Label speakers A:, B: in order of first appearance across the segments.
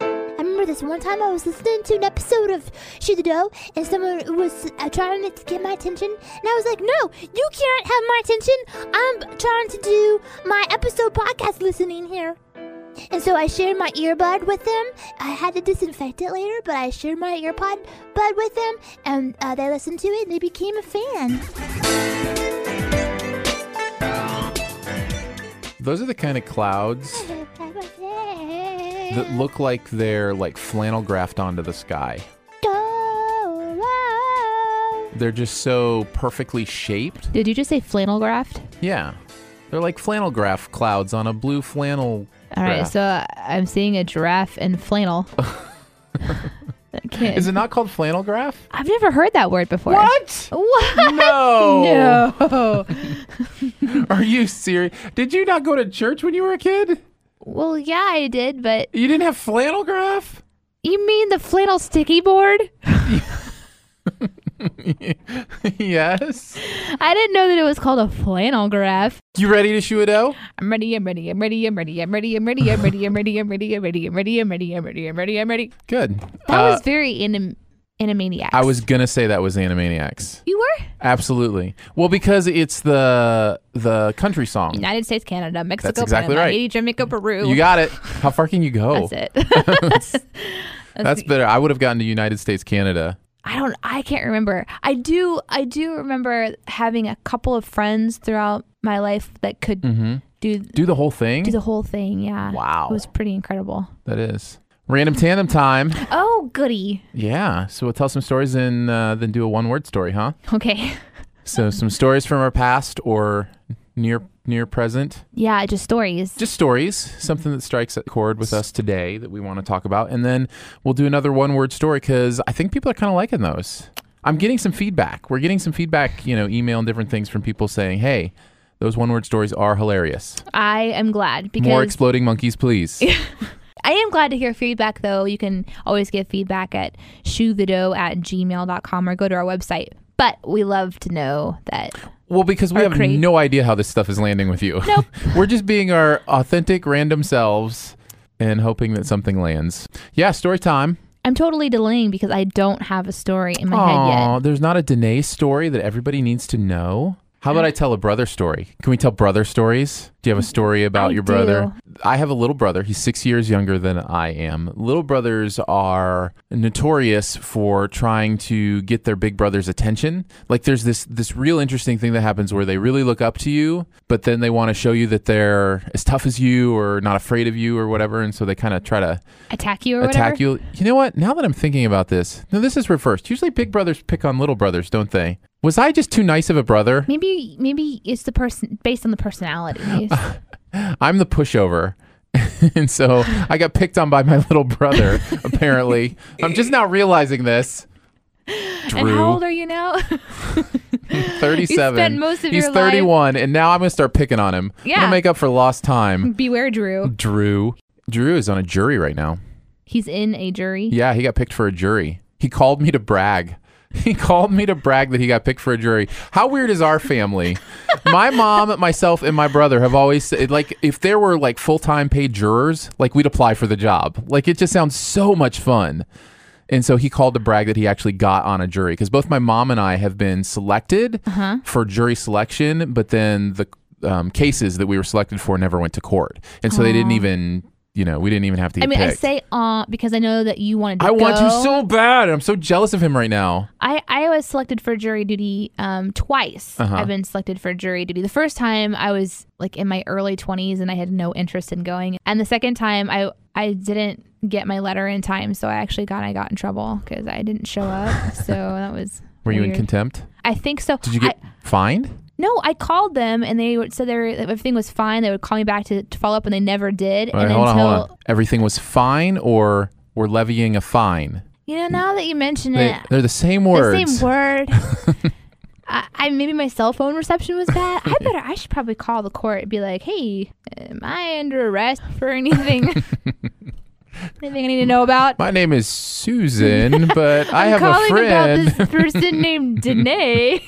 A: I remember this one time I was listening to an episode of Shoot the Dough, and someone was uh, trying to get my attention, and I was like, "No, you can't have my attention. I'm trying to do my episode podcast listening here." And so I shared my earbud with them. I had to disinfect it later, but I shared my earpod bud with them, and uh, they listened to it, and they became a fan.
B: Those are the kind of clouds that look like they're like flannel graphed onto the sky.
A: Go low.
B: They're just so perfectly shaped.
C: Did you just say flannel graft?
B: Yeah. They're like flannel graph clouds on a blue flannel.
C: All right,
B: graph.
C: so uh, I'm seeing a giraffe and flannel. That can't-
B: Is it not called flannel graph?
C: I've never heard that word before.
B: What?
C: What?
B: No.
C: No.
B: Are you serious? Did you not go to church when you were a kid?
C: well, yeah, I did, but
B: You didn't have flannel graph?
C: you mean the flannel sticky board?
B: yes.
C: I didn't know that it was called a flannel graph.
B: You ready to shoe it out?
C: I'm ready, I'm ready, I'm ready, I'm ready, I'm ready, I'm ready, I'm ready, I'm ready, I'm ready, I'm ready, I'm ready, I'm ready, I'm ready, I'm ready, I'm ready.
B: Good.
C: That
B: Uh,
C: was very anim- animaniacs.
B: I was gonna say that was Animaniacs.
C: You were?
B: Absolutely. Well, because it's the the country song.
C: United States, Canada, Mexico,
B: exactly
C: Panama,
B: right.
C: Haiti, Jamaica, Peru.
B: You got it. How far can you go?
C: That's it.
B: Oh. That's better. I would have gotten to United States, Canada.
C: I don't I can't remember. I do I do remember having a couple of friends throughout my life that could do
B: Do the whole thing.
C: do the whole thing, yeah.
B: Mm. Wow.
C: It was pretty incredible.
B: that is random tandem time.
C: Oh, goody.
B: Yeah. So we'll tell some stories and uh, then do a one word story, huh?
C: Okay.
B: So some stories from our past or near near present.
C: Yeah, just stories.
B: Just stories, something that strikes a chord with us today that we want to talk about, and then we'll do another one word story because I think people are kind of liking those. I'm getting some feedback. We're getting some feedback, you know, email and different things from people saying, "Hey, those one word stories are hilarious."
C: I am glad because
B: More exploding monkeys, please.
C: I am glad to hear feedback though. You can always give feedback at shoethedough at gmail.com or go to our website. But we love to know that
B: Well, because we
C: Or
B: have
C: crate.
B: no idea how this stuff is landing with you. Nope. We're just being our authentic, random selves and hoping that something lands. Yeah, story time.
C: I'm totally delaying because I don't have a story in my head
B: Aw,
C: yet.
B: there's not a Danae story that everybody needs to know. How about I tell a brother story? Can we tell brother stories? Do you have a story about
C: I
B: your brother? I have a little brother. He's six years younger than I am. Little brothers are notorious for trying to get their big brother's attention. Like there's this this real interesting thing that happens where they really look up to you, but then they want to show you that they're as tough as you or not afraid of you or whatever, and so they kind of try to
C: Attack you or whatever.
B: attack you. You know what? Now that I'm thinking about this, no, this is reversed. Usually, big brothers pick on little brothers, don't they? Was I just too nice of a brother?
C: Maybe maybe it's the person based on the personality.
B: I'm the pushover. and so I got picked on by my little brother, apparently. I'm just now realizing this. Drew,
C: and how old are you now?
B: 37.
C: You spent most of
B: He's
C: your life-
B: 31, and now I'm going to start picking on him. I'm going
C: Yeah.
B: to make up for lost time.
C: Beware, Drew.
B: Drew. Drew is on a jury right now.
C: He's in a jury.
B: Yeah, he got picked for a jury. He called me to brag. He called me to brag that he got picked for a jury. How weird is our family? my mom, myself, and my brother have always said, like, if there were like full time paid jurors, like, we'd apply for the job. Like, it just sounds so much fun. And so he called to brag that he actually got on a jury because both my mom and I have been selected
C: Uh-huh.
B: for jury selection, but then the um, cases that we were selected for never went to court. And so they didn't even, you know, we didn't even have to get
C: I mean, I
B: picked.
C: say uh because I know that you wanted to
B: I want you
C: go.
B: so bad. I'm so jealous of him right now.
C: I, I was selected for jury duty um, twice.
B: Uh-huh.
C: I've been selected for jury duty. The first time I was like in my early 20s and I had no interest in going. And the second time I I didn't get my letter in time, so I actually got I got in trouble because I didn't show up. so that was.
B: Were you in
C: weird.
B: contempt?
C: I think so.
B: Did you get fined?
C: No, I called them and they would- said they were, everything was fine. They would call me back to, to follow up and they never did.
B: All right,
C: and
B: hold on, hold on. Everything was fine, or we're levying a fine.
C: you know, now that you mention
B: They,
C: it,
B: they're the same words.
C: the same word. I, I maybe my cell phone reception was bad. I better. I should probably call the court and be like, "Hey, am I under arrest for anything? anything I need to know about?"
B: My name is Susan, but I
C: I'm
B: have a
C: calling
B: friend.
C: about this person named Danae.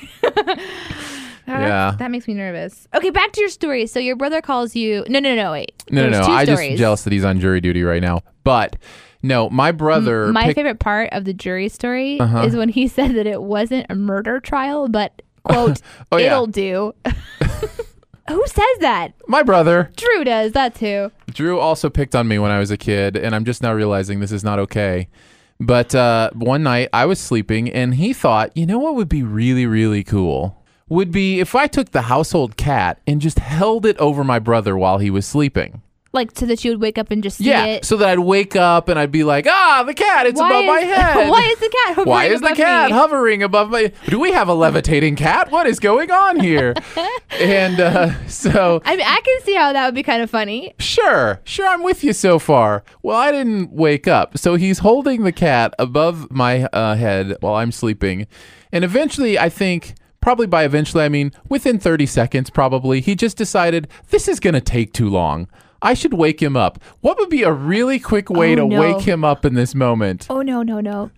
B: Yeah.
C: that makes me nervous. Okay, back to your story. So your brother calls you. No, no, no, wait.
B: no, no,
C: There's
B: no.
C: two
B: I just
C: stories.
B: jealous that he's on jury duty right now. But no, my brother.
C: My
B: picked-
C: favorite part of the jury story
B: Uh-huh.
C: is when he said that it wasn't a murder trial, but quote,
B: Oh, yeah.
C: it'll do. who says that?
B: my brother
C: Drew does. That's who.
B: Drew also picked on me when I was a kid, and I'm just now realizing this is not okay. But uh, one night I was sleeping, and he thought, you know what would be really, really cool? Would be if I took the household cat and just held it over my brother while he was sleeping.
C: Like so that you would wake up and just see
B: Yeah,
C: it.
B: so that I'd wake up and I'd be like, ah, the cat, it's above my
C: is-
B: head.
C: why is the cat? hovering
B: Why is the
C: above
B: cat
C: me?
B: hovering above my? Do we have a levitating cat? What is going on here? and uh, so,
C: I mean, I can see how that would be kind of funny.
B: sure, sure, I'm with you so far. Well, I didn't wake up, so he's holding the cat above my uh, head while I'm sleeping, and eventually, I think. Probably by eventually, I mean within 30 seconds, probably, he just decided this is going to take too long. I should wake him up. What would be a really quick way
C: Oh,
B: to
C: no.
B: wake him up in this moment?
C: Oh no, no, no.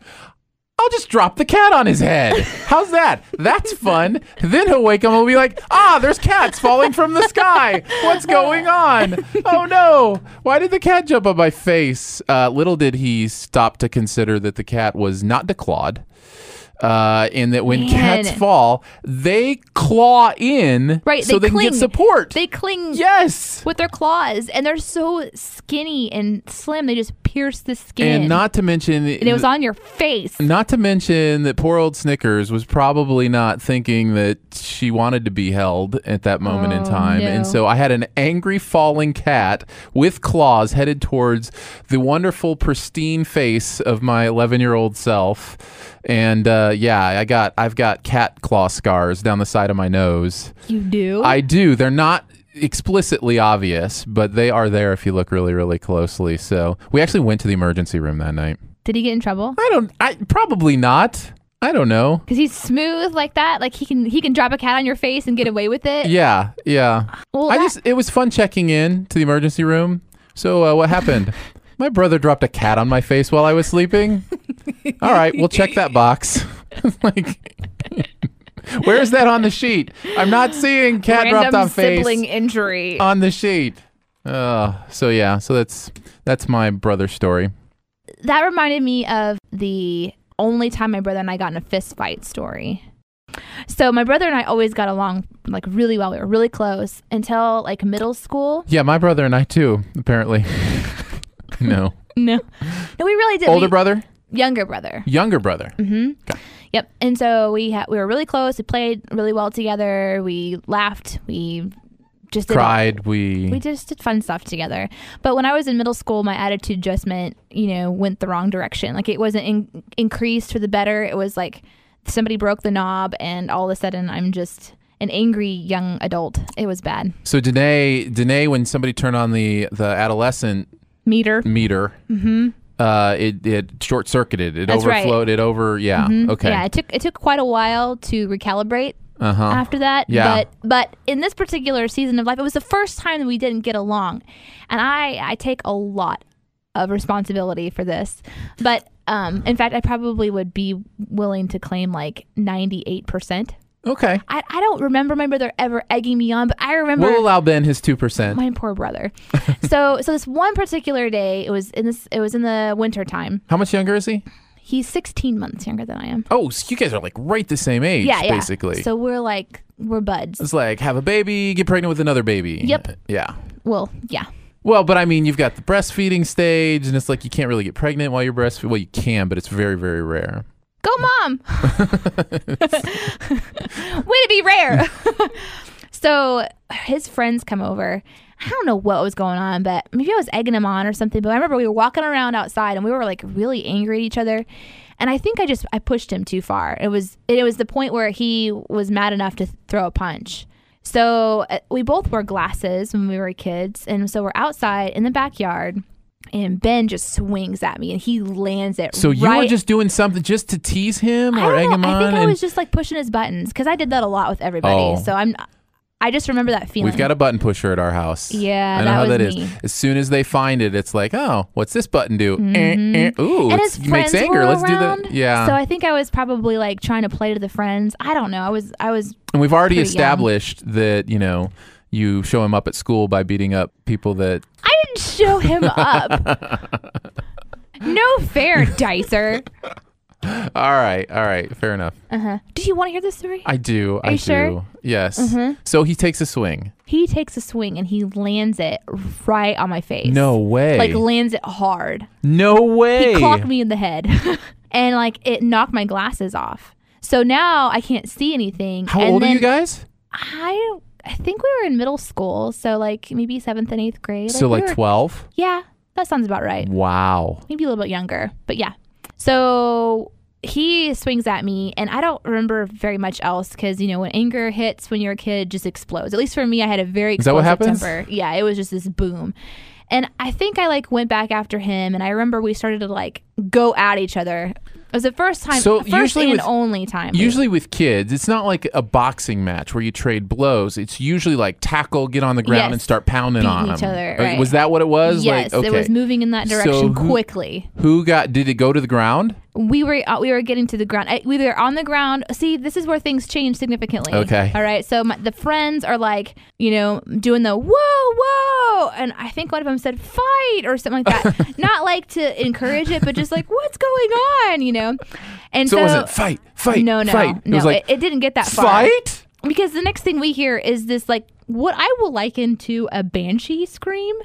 B: I'll just drop the cat on his head. How's that? That's fun. Then he'll wake up and be like, ah, there's cats falling from the sky. What's going on? Oh no. Why did the cat jump on my face? Uh, little did he stop to consider that the cat was not declawed. Uh, and that when
C: Man.
B: cats fall, they claw in
C: Right,
B: so
C: they
B: they, can get
C: cling.
B: support.
C: They cling
B: yes.
C: with their claws and they're so skinny and slim. They just pierce the skin.
B: And not to mention
C: and it was on your face.
B: Not to mention that poor old Snickers was probably not thinking that she wanted to be held at that moment in
C: Oh,
B: time. And
C: no.
B: so I had an angry falling cat with claws headed towards the wonderful, pristine face of my 11 year old self. And uh, yeah, I got, I've got cat claw scars down the side of my nose.
C: You do.
B: I do. They're not explicitly obvious, but they are there if you look really, really closely. So we actually went to the emergency room that night.
C: Did he get in trouble?
B: I don't. I probably not. I don't know.
C: Because he's smooth like that. Like he can he can drop a cat on your face and get away with it.
B: Yeah, yeah.
C: Well,
B: I
C: that-
B: just. It was fun checking in to the emergency room. So uh, what happened? my brother dropped a cat on my face while I was sleeping. All right, we'll check that box. like, where's that on the sheet? I'm not seeing cat dropped
C: random
B: on face Um,
C: sibling injury.
B: on the sheet. Uh, so yeah, so that's that's my brother's story.
C: that reminded me of the only time my brother and I got in a fist fight story. So my brother and I always got along like really well. We were really close until like middle school.
B: Yeah, my brother and I too. Apparently, no
C: No, no, we really did.
B: older
C: We-
B: brother,
C: younger brother. Mm-hmm.
B: younger brother.
C: Yep. And so we ha- we were really close. We played really well together. We laughed. We just did all-
B: cried. We,
C: we just did fun stuff together. But when I was in middle school, my attitude adjustment, you know, went the wrong direction. Like it wasn't in- increased for the better. It was like somebody broke the knob, and all of a sudden, I'm just an angry young adult. It was bad.
B: so Danae, Danae, when somebody turned on the the adolescent
C: Meter.
B: meter, uh, it it short circuited. It
C: Mm-hmm. That's right. Mm-hmm.
B: overflowed. It over. Yeah. Okay.
C: Yeah, it took it took quite a while to recalibrate
B: Uh huh.
C: after that.
B: Yeah.
C: But but in this particular season of life, it was the first time that we didn't get along, and I I take a lot of responsibility for this. But um, in fact, I probably would be willing to claim like ninety eight percent.
B: Okay.
C: I I don't remember my brother ever egging me on, but I remember
B: We'll uh, allow Ben his two percent.
C: my poor brother. so so this one particular day, it was in this it was in the winter time.
B: How much younger is he?
C: He's sixteen months younger than I am.
B: Oh, so you guys are like right the same age.
C: Yeah, yeah.
B: Basically.
C: So we're like we're buds.
B: it's like have a baby, get pregnant with another baby.
C: Yep.
B: Yeah.
C: Well, yeah.
B: Well, but I mean, you've got the breastfeeding sage, and it's like you can't really get pregnant while you're breastfeeding. Well, you can, but it's very, very rare.
C: Go, mom! Way to be rare. so his friends come over, I don't know what was going on, but maybe I was egging him on or something. But I remember we were walking around outside and we were like really angry at each other. And I think I just I pushed him too far. It was it was the point where he was mad enough to throw a punch. So uh, we both wore glasses when we were kids, and so we're outside in the backyard, and Ben just swings at me, and he lands it.
B: So you were
C: right-
B: just doing something just to tease him
C: I
B: or egg
C: don't
B: him
C: know. I
B: on?
C: think I
B: and-
C: was just like pushing his buttons because I did that a lot with everybody.
B: Oh.
C: So I'm I just remember that feeling.
B: We've got a button pusher at our house.
C: Yeah,
B: I know
C: that
B: how
C: was
B: that is.
C: me.
B: As soon as they find it, it's like, oh, what's this button do? Eh, eh, Ooh,
C: Mm-hmm. and
B: it's-
C: his
B: it makes
C: friends
B: anger.
C: were
B: Let's
C: around.
B: do that. Yeah.
C: So I think I was probably like trying to play to the friends. I don't know. I was I was
B: and we've already
C: pretty young.
B: established that you know you show him up at school by beating up people that
C: I didn't show him up. no fair, Dicer.
B: all right all right fair enough
C: Uh-huh. Do you want to hear this story?
B: i do i
C: you
B: do
C: sure? Mm-hmm.
B: yes so he takes a swing
C: he takes a swing and he lands it right on my face.
B: no way
C: Like lands it hard.
B: no way
C: He clocked me in the head. and like it knocked my glasses off. So now I can't see anything.
B: how
C: and
B: old are
C: then
B: you guys
C: I I think we were in middle school, so like maybe seventh and eighth grade.
B: so
C: we
B: like
C: were-
B: 12
C: Yeah, that sounds about right.
B: wow
C: Maybe a little bit younger, but yeah. So he swings at me, and I don't remember very much else because you know when anger hits when you're a kid, it just explodes. At least for me, I had a very
B: Is that what
C: explosive
B: happens?
C: temper. Yeah, it was just this boom. And I think I like went back after him, and I remember we started to like go at each other. It was the first time,
B: So
C: first
B: usually
C: and
B: with-
C: only time.
B: Usually with kids, it's not like a boxing match where you trade blows. It's usually like tackle, get on the ground,
C: Yes.
B: and start pounding
C: Beating
B: on
C: each
B: 'em.
C: other,
B: Uh,
C: right.
B: Was that what it was? like,
C: yes,
B: okay.
C: it was moving in that
B: So
C: direction
B: who-
C: quickly.
B: Who got? Did it go to the ground?
C: we were uh, we were getting to the ground. Uh, We were on the ground. See, this is where things change significantly.
B: Okay.
C: All right. So my, the friends are like, you know, doing the whoa, whoa, and I think one of them said fight or something like that. Not like to encourage it, but just like what's going on, you know? And
B: So,
C: so,
B: it wasn't fight, fight,
C: no, no,
B: fight.
C: no.
B: it was like
C: it, didn't get that far
B: fight.
C: because the next thing we hear is this like what I will liken to a banshee scream.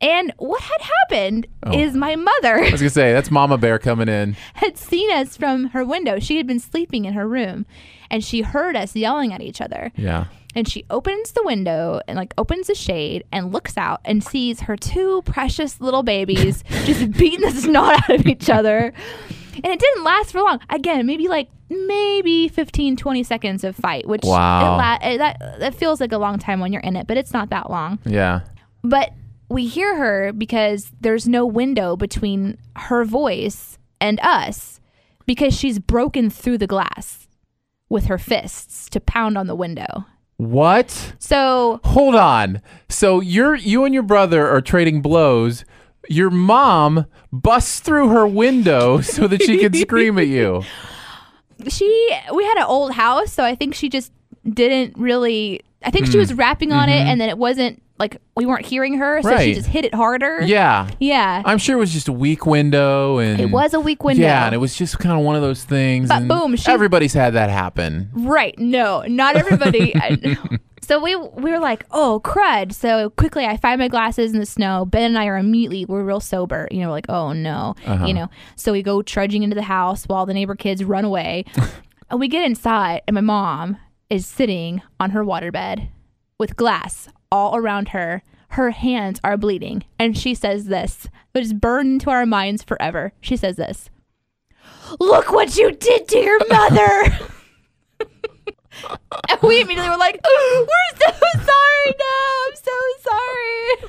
C: And what had happened
B: Oh.
C: is my mother
B: I was gonna say that's Mama Bear coming in.
C: had seen us from her window. She had been sleeping in her room and she heard us yelling at each other.
B: Yeah.
C: And she opens the window and like opens the shade and looks out and sees her two precious little babies just beating the snot out of each other. And it didn't last for long. Again, maybe like maybe 15 20 seconds of fight, which it
B: Wow.
C: la- it- that that feels like a long time when you're in it, but it's not that long.
B: Yeah.
C: But we hear her because there's no window between her voice and us because she's broken through the glass with her fists to pound on the window.
B: What?
C: So
B: Hold on. So you're you and your brother are trading blows. Your mom busts through her window so that she can scream at you.
C: she, we had an old house, so I think she just didn't really, I think
B: Hmm.
C: she was rapping on it and then it wasn't like we weren't hearing her, so she
B: Mm-hmm. Right.
C: just hit it harder.
B: Yeah.
C: Yeah.
B: I'm sure it was just a weak window and
C: it was a weak window.
B: Yeah, and it was just kind of one of those things.
C: But
B: and
C: boom, she-
B: everybody's had that happen.
C: Right. No, not everybody. I- so we we were like, oh crud. So quickly, I find my glasses in the snow. Ben and I are immediately we're real sober. You know, like oh no, you know. So we go trudging into the house while the neighbor kids run away, and we get inside, and my mom is sitting on her waterbed with glass all around her. Her hands are bleeding, and she says this, which is burned into our minds forever. She says this. Look what you did to your mother. And we immediately were like, we're so sorry. No, I'm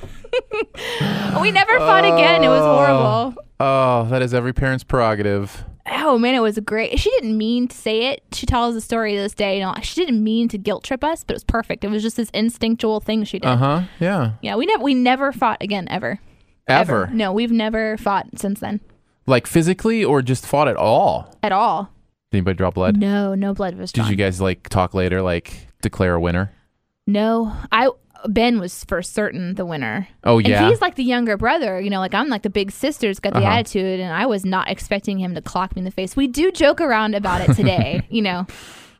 C: so sorry. we never fought again. It was horrible.
B: Oh, that is every parent's prerogative.
C: Oh, man, it was great. She didn't mean to say it. She tells the story this day. You know, she didn't mean to guilt trip us, but it was perfect. It was just this instinctual thing she did.
B: Uh huh. Yeah.
C: Yeah, we never we never fought again ever.
B: Ever.
C: No, we've never fought since then
B: Like physically or just fought at all?
C: at all.
B: Did anybody draw blood?
C: No, no blood was
B: Did
C: drawn.
B: you guys like talk later, like declare a winner?
C: no, I Ben was for certain the winner.
B: Oh,
C: And
B: yeah.
C: he's like the younger brother, you know, like I'm like the big sister's got the
B: Uh-huh.
C: attitude, and I was not expecting him to clock me in the face. We do joke around about it today, you know,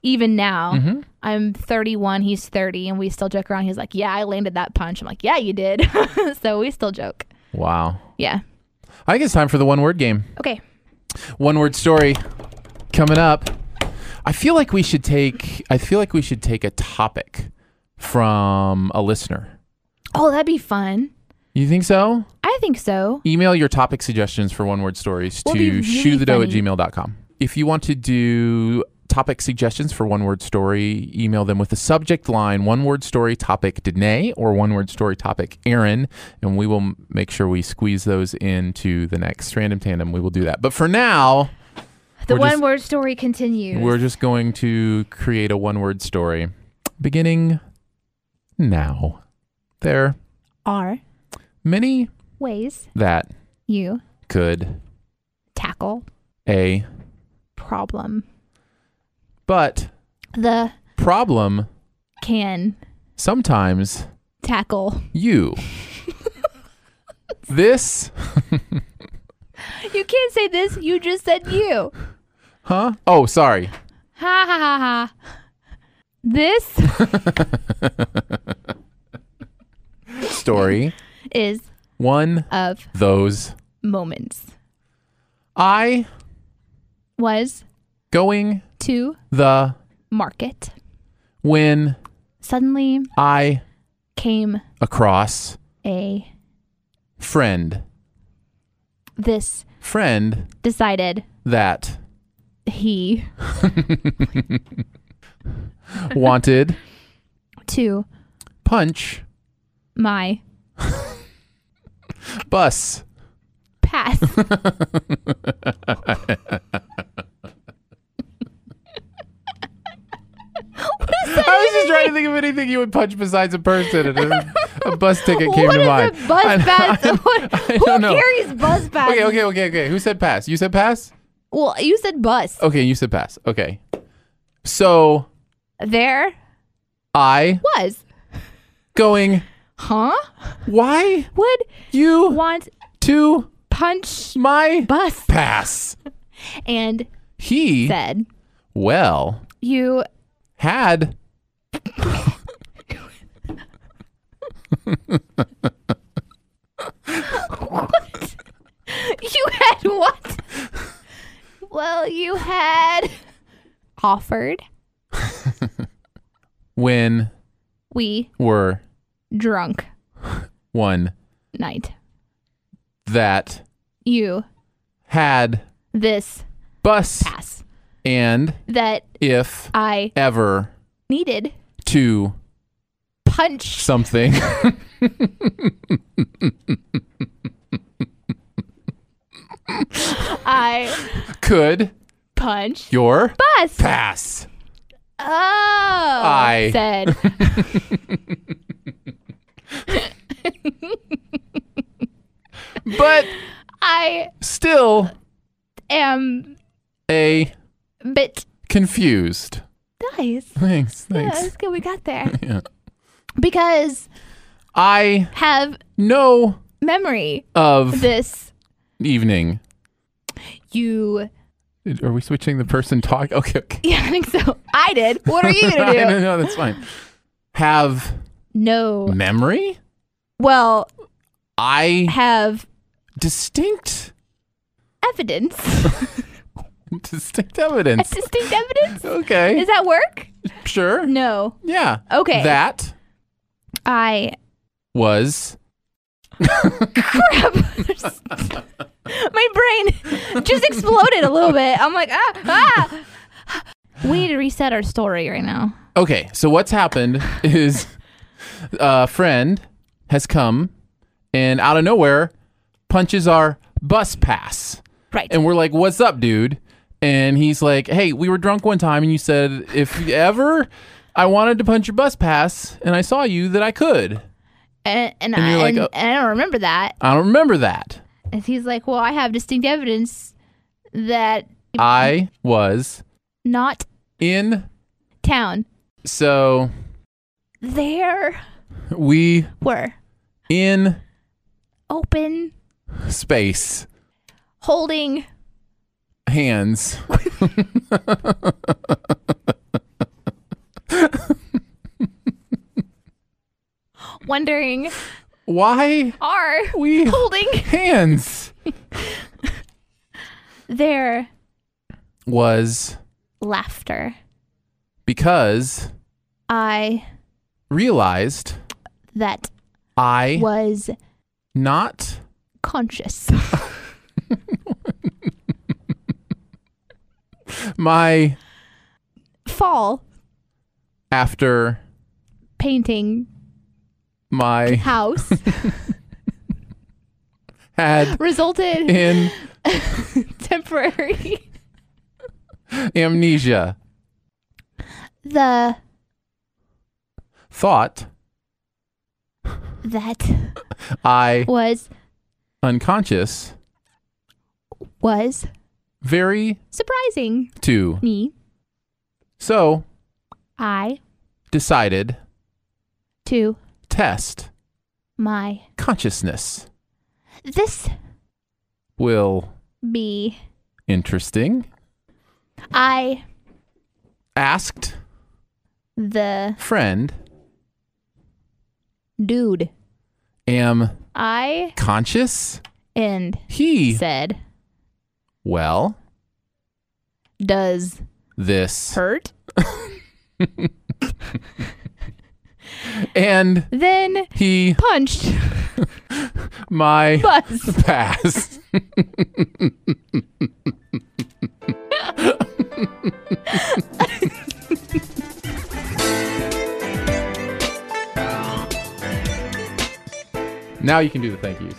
C: even now.
B: Mm-hmm.
C: I'm 31, he's 30, and we still joke around. He's like, Yeah, I landed that punch. I'm like, Yeah, you did. so we still joke.
B: Wow.
C: Yeah.
B: I think it's time for the one word game.
C: Okay.
B: One word story coming up. I feel like we should take I feel like we should take a topic from a listener.
C: Oh, that'd be fun.
B: You think so?
C: I think so.
B: Email your topic suggestions for one word stories
C: What would
B: to
C: be really
B: shoethedough at
C: funny?
B: gmail.com. If you want to do topic suggestions for one word story, email them with the subject line one word story topic Danae or one word story topic Aaron, and we will m- make sure we squeeze those into the next random tandem. We will do that. But for now,
C: The
B: We're
C: one
B: just-
C: word story continues.
B: we're just going to create a one word story beginning now. There
C: are
B: many
C: ways
B: that
C: you
B: could
C: tackle
B: a
C: problem.
B: but
C: The
B: problem
C: can
B: sometimes
C: tackle.
B: you this
C: You can't say this. You just said you.
B: huh oh sorry
C: Ha ha ha ha. This
B: story
C: is
B: one
C: of
B: those
C: moments.
B: i
C: Was
B: going
C: to
B: the
C: market.
B: when
C: Suddenly
B: i
C: came
B: across
C: a
B: friend
C: this
B: friend
C: decided
B: that
C: he
B: wanted
C: to
B: punch
C: my
B: bus
C: pass.
B: I was just trying to think of anything you would punch besides a person, and a, a bus ticket came
C: what
B: to
C: is
B: mind.
C: a bus
B: I-
C: pass?
B: I-
C: What-
B: I
C: who
B: don't know.
C: carries bus pass?
B: Okay, okay, okay, okay. Who said pass? You said pass?
C: Well, you said bus.
B: Okay, you said pass. Okay. So
C: There
B: I
C: was.
B: going.
C: Huh?
B: Why
C: Would
B: you
C: want
B: to
C: punch
B: my
C: bus
B: pass?
C: and
B: He
C: said
B: well
C: you
B: had
C: you had what? well, you had offered
B: when
C: we
B: were
C: drunk
B: one
C: night.
B: that
C: You
B: had
C: this
B: bus
C: pass
B: and
C: that
B: if
C: I
B: ever
C: needed
B: to
C: punch
B: something.
C: I
B: Could
C: punch
B: your
C: bus.
B: pass?
C: Oh, I said
B: But
C: I
B: still
C: am
B: a
C: bit
B: confused.
C: nice.
B: Thanks,
C: Yeah,
B: thanks.
C: that's good. We got there
B: Yeah.
C: because
B: I
C: have
B: know
C: memory
B: of
C: this
B: evening.
C: you.
B: Are we switching the person talk? Okay, okay.
C: Yeah, I think so. I did. What are you
B: no,
C: gonna do?
B: no, that's fine. Have
C: No.
B: memory?
C: Well,
B: I
C: have
B: distinct
C: evidence.
B: distinct evidence.
C: Distinct evidence.
B: Okay.
C: Does that work?
B: Sure.
C: No.
B: Yeah.
C: Okay.
B: That
C: I
B: was
C: crap. My brain just exploded a little bit. I'm like, ah, ah. We need to reset our story right now.
B: Okay, so what's happened is a friend has come and out of nowhere punches our bus pass.
C: Right.
B: And we're like, "What's up, dude?" And he's like, "Hey, we were drunk one time and you said if ever I wanted to punch your bus pass and I saw you that I could.
C: And, and,
B: And
C: I,
B: you're like,
C: and,
B: oh.
C: and I don't remember that.
B: I don't remember that.
C: And he's like, well, I have distinct evidence that
B: I was
C: not
B: in
C: town.
B: so
C: There
B: we
C: were
B: in
C: open
B: space
C: holding
B: hands.
C: wondering
B: Why
C: are
B: we
C: holding
B: hands
C: their
B: was
C: laughter.
B: because
C: I
B: realized
C: that
B: I
C: was
B: not
C: conscious.
B: my
C: Fall
B: after
C: painting
B: my
C: house
B: had
C: resulted in
B: in
C: temporary
B: amnesia
C: the
B: thought
C: that
B: I
C: was
B: unconscious
C: was
B: very
C: surprising
B: too.
C: me.
B: So
C: I
B: decided
C: to
B: test
C: my
B: consciousness
C: this
B: will
C: be
B: interesting
C: I
B: asked
C: the
B: friend
C: dude
B: am
C: I
B: conscious
C: and
B: he
C: said
B: well
C: does
B: this
C: hurt
B: and
C: then
B: he
C: punched
B: my
C: bus
B: pass now you can do the thank yous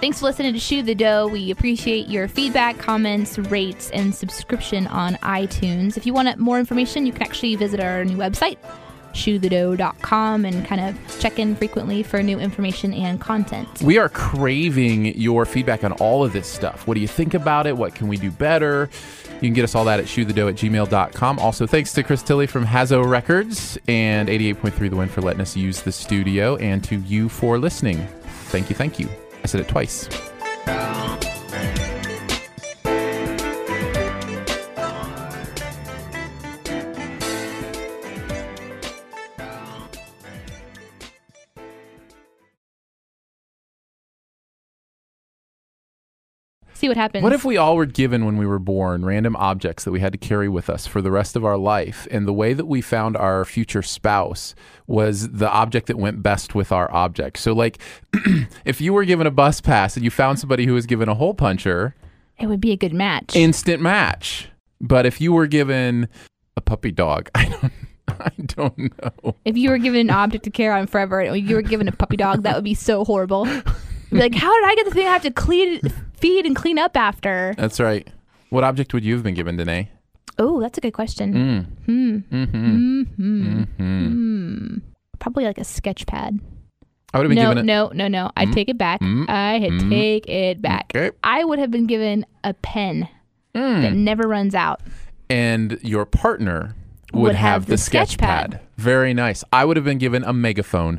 C: Thanks for listening to Shoe the Dough. We appreciate your feedback, comments, rates, and subscription on iTunes. If you want more information, you can actually visit our new website, shoethedough.com, and kind of check in frequently for new information and content.
B: We are craving your feedback on all of this stuff. What do you think about it? What can we do better? You can get us all that at shoethedough at gmail.com. Also, thanks to Chris Tilly from Hazo Records and 88.3 The Win for letting us use the studio and to you for listening. Thank you, thank you. I said it twice.
C: See what happens.
B: What if we all were given when we were born random objects that we had to carry with us for the rest of our life? And the way that we found our future spouse was the object that went best with our object. So, like, if you were given a bus pass and you found somebody who was given a hole puncher,
C: it would be a good match.
B: instant match. But if you were given a puppy dog, I don't, I don't know.
C: if you were given an object to carry on forever, and you were given a puppy dog, that would be so horrible. Be like, how did I get the thing I have to clean, feed, and clean up after?
B: That's right. What object would you have been given, Danae?
C: Oh, that's a good question.
B: Mm.
C: Hmm.
B: Mm-hmm.
C: Hmm.
B: Mm-hmm.
C: Hmm. Probably like a sketch pad.
B: I would have been
C: No,
B: given a
C: no, no, no. I take it back.
B: Mm.
C: I had
B: Mm.
C: take it back.
B: Okay.
C: I would have been given a pen
B: Mm.
C: that never runs out.
B: and your partner would, have, the, sketch, pad. Very nice. I would have been given a megaphone.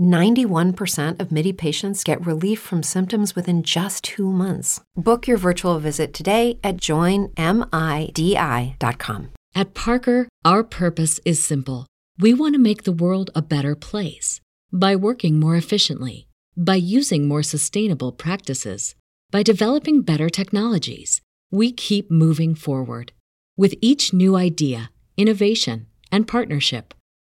D: 91% of MIDI patients get relief from symptoms within just two months. Book your virtual visit today at joinmidi.com.
E: At Parker, our purpose is simple. We want to make the world a better place by working more efficiently, by using more sustainable practices, by developing better technologies. We keep moving forward. With each new idea, innovation, and partnership,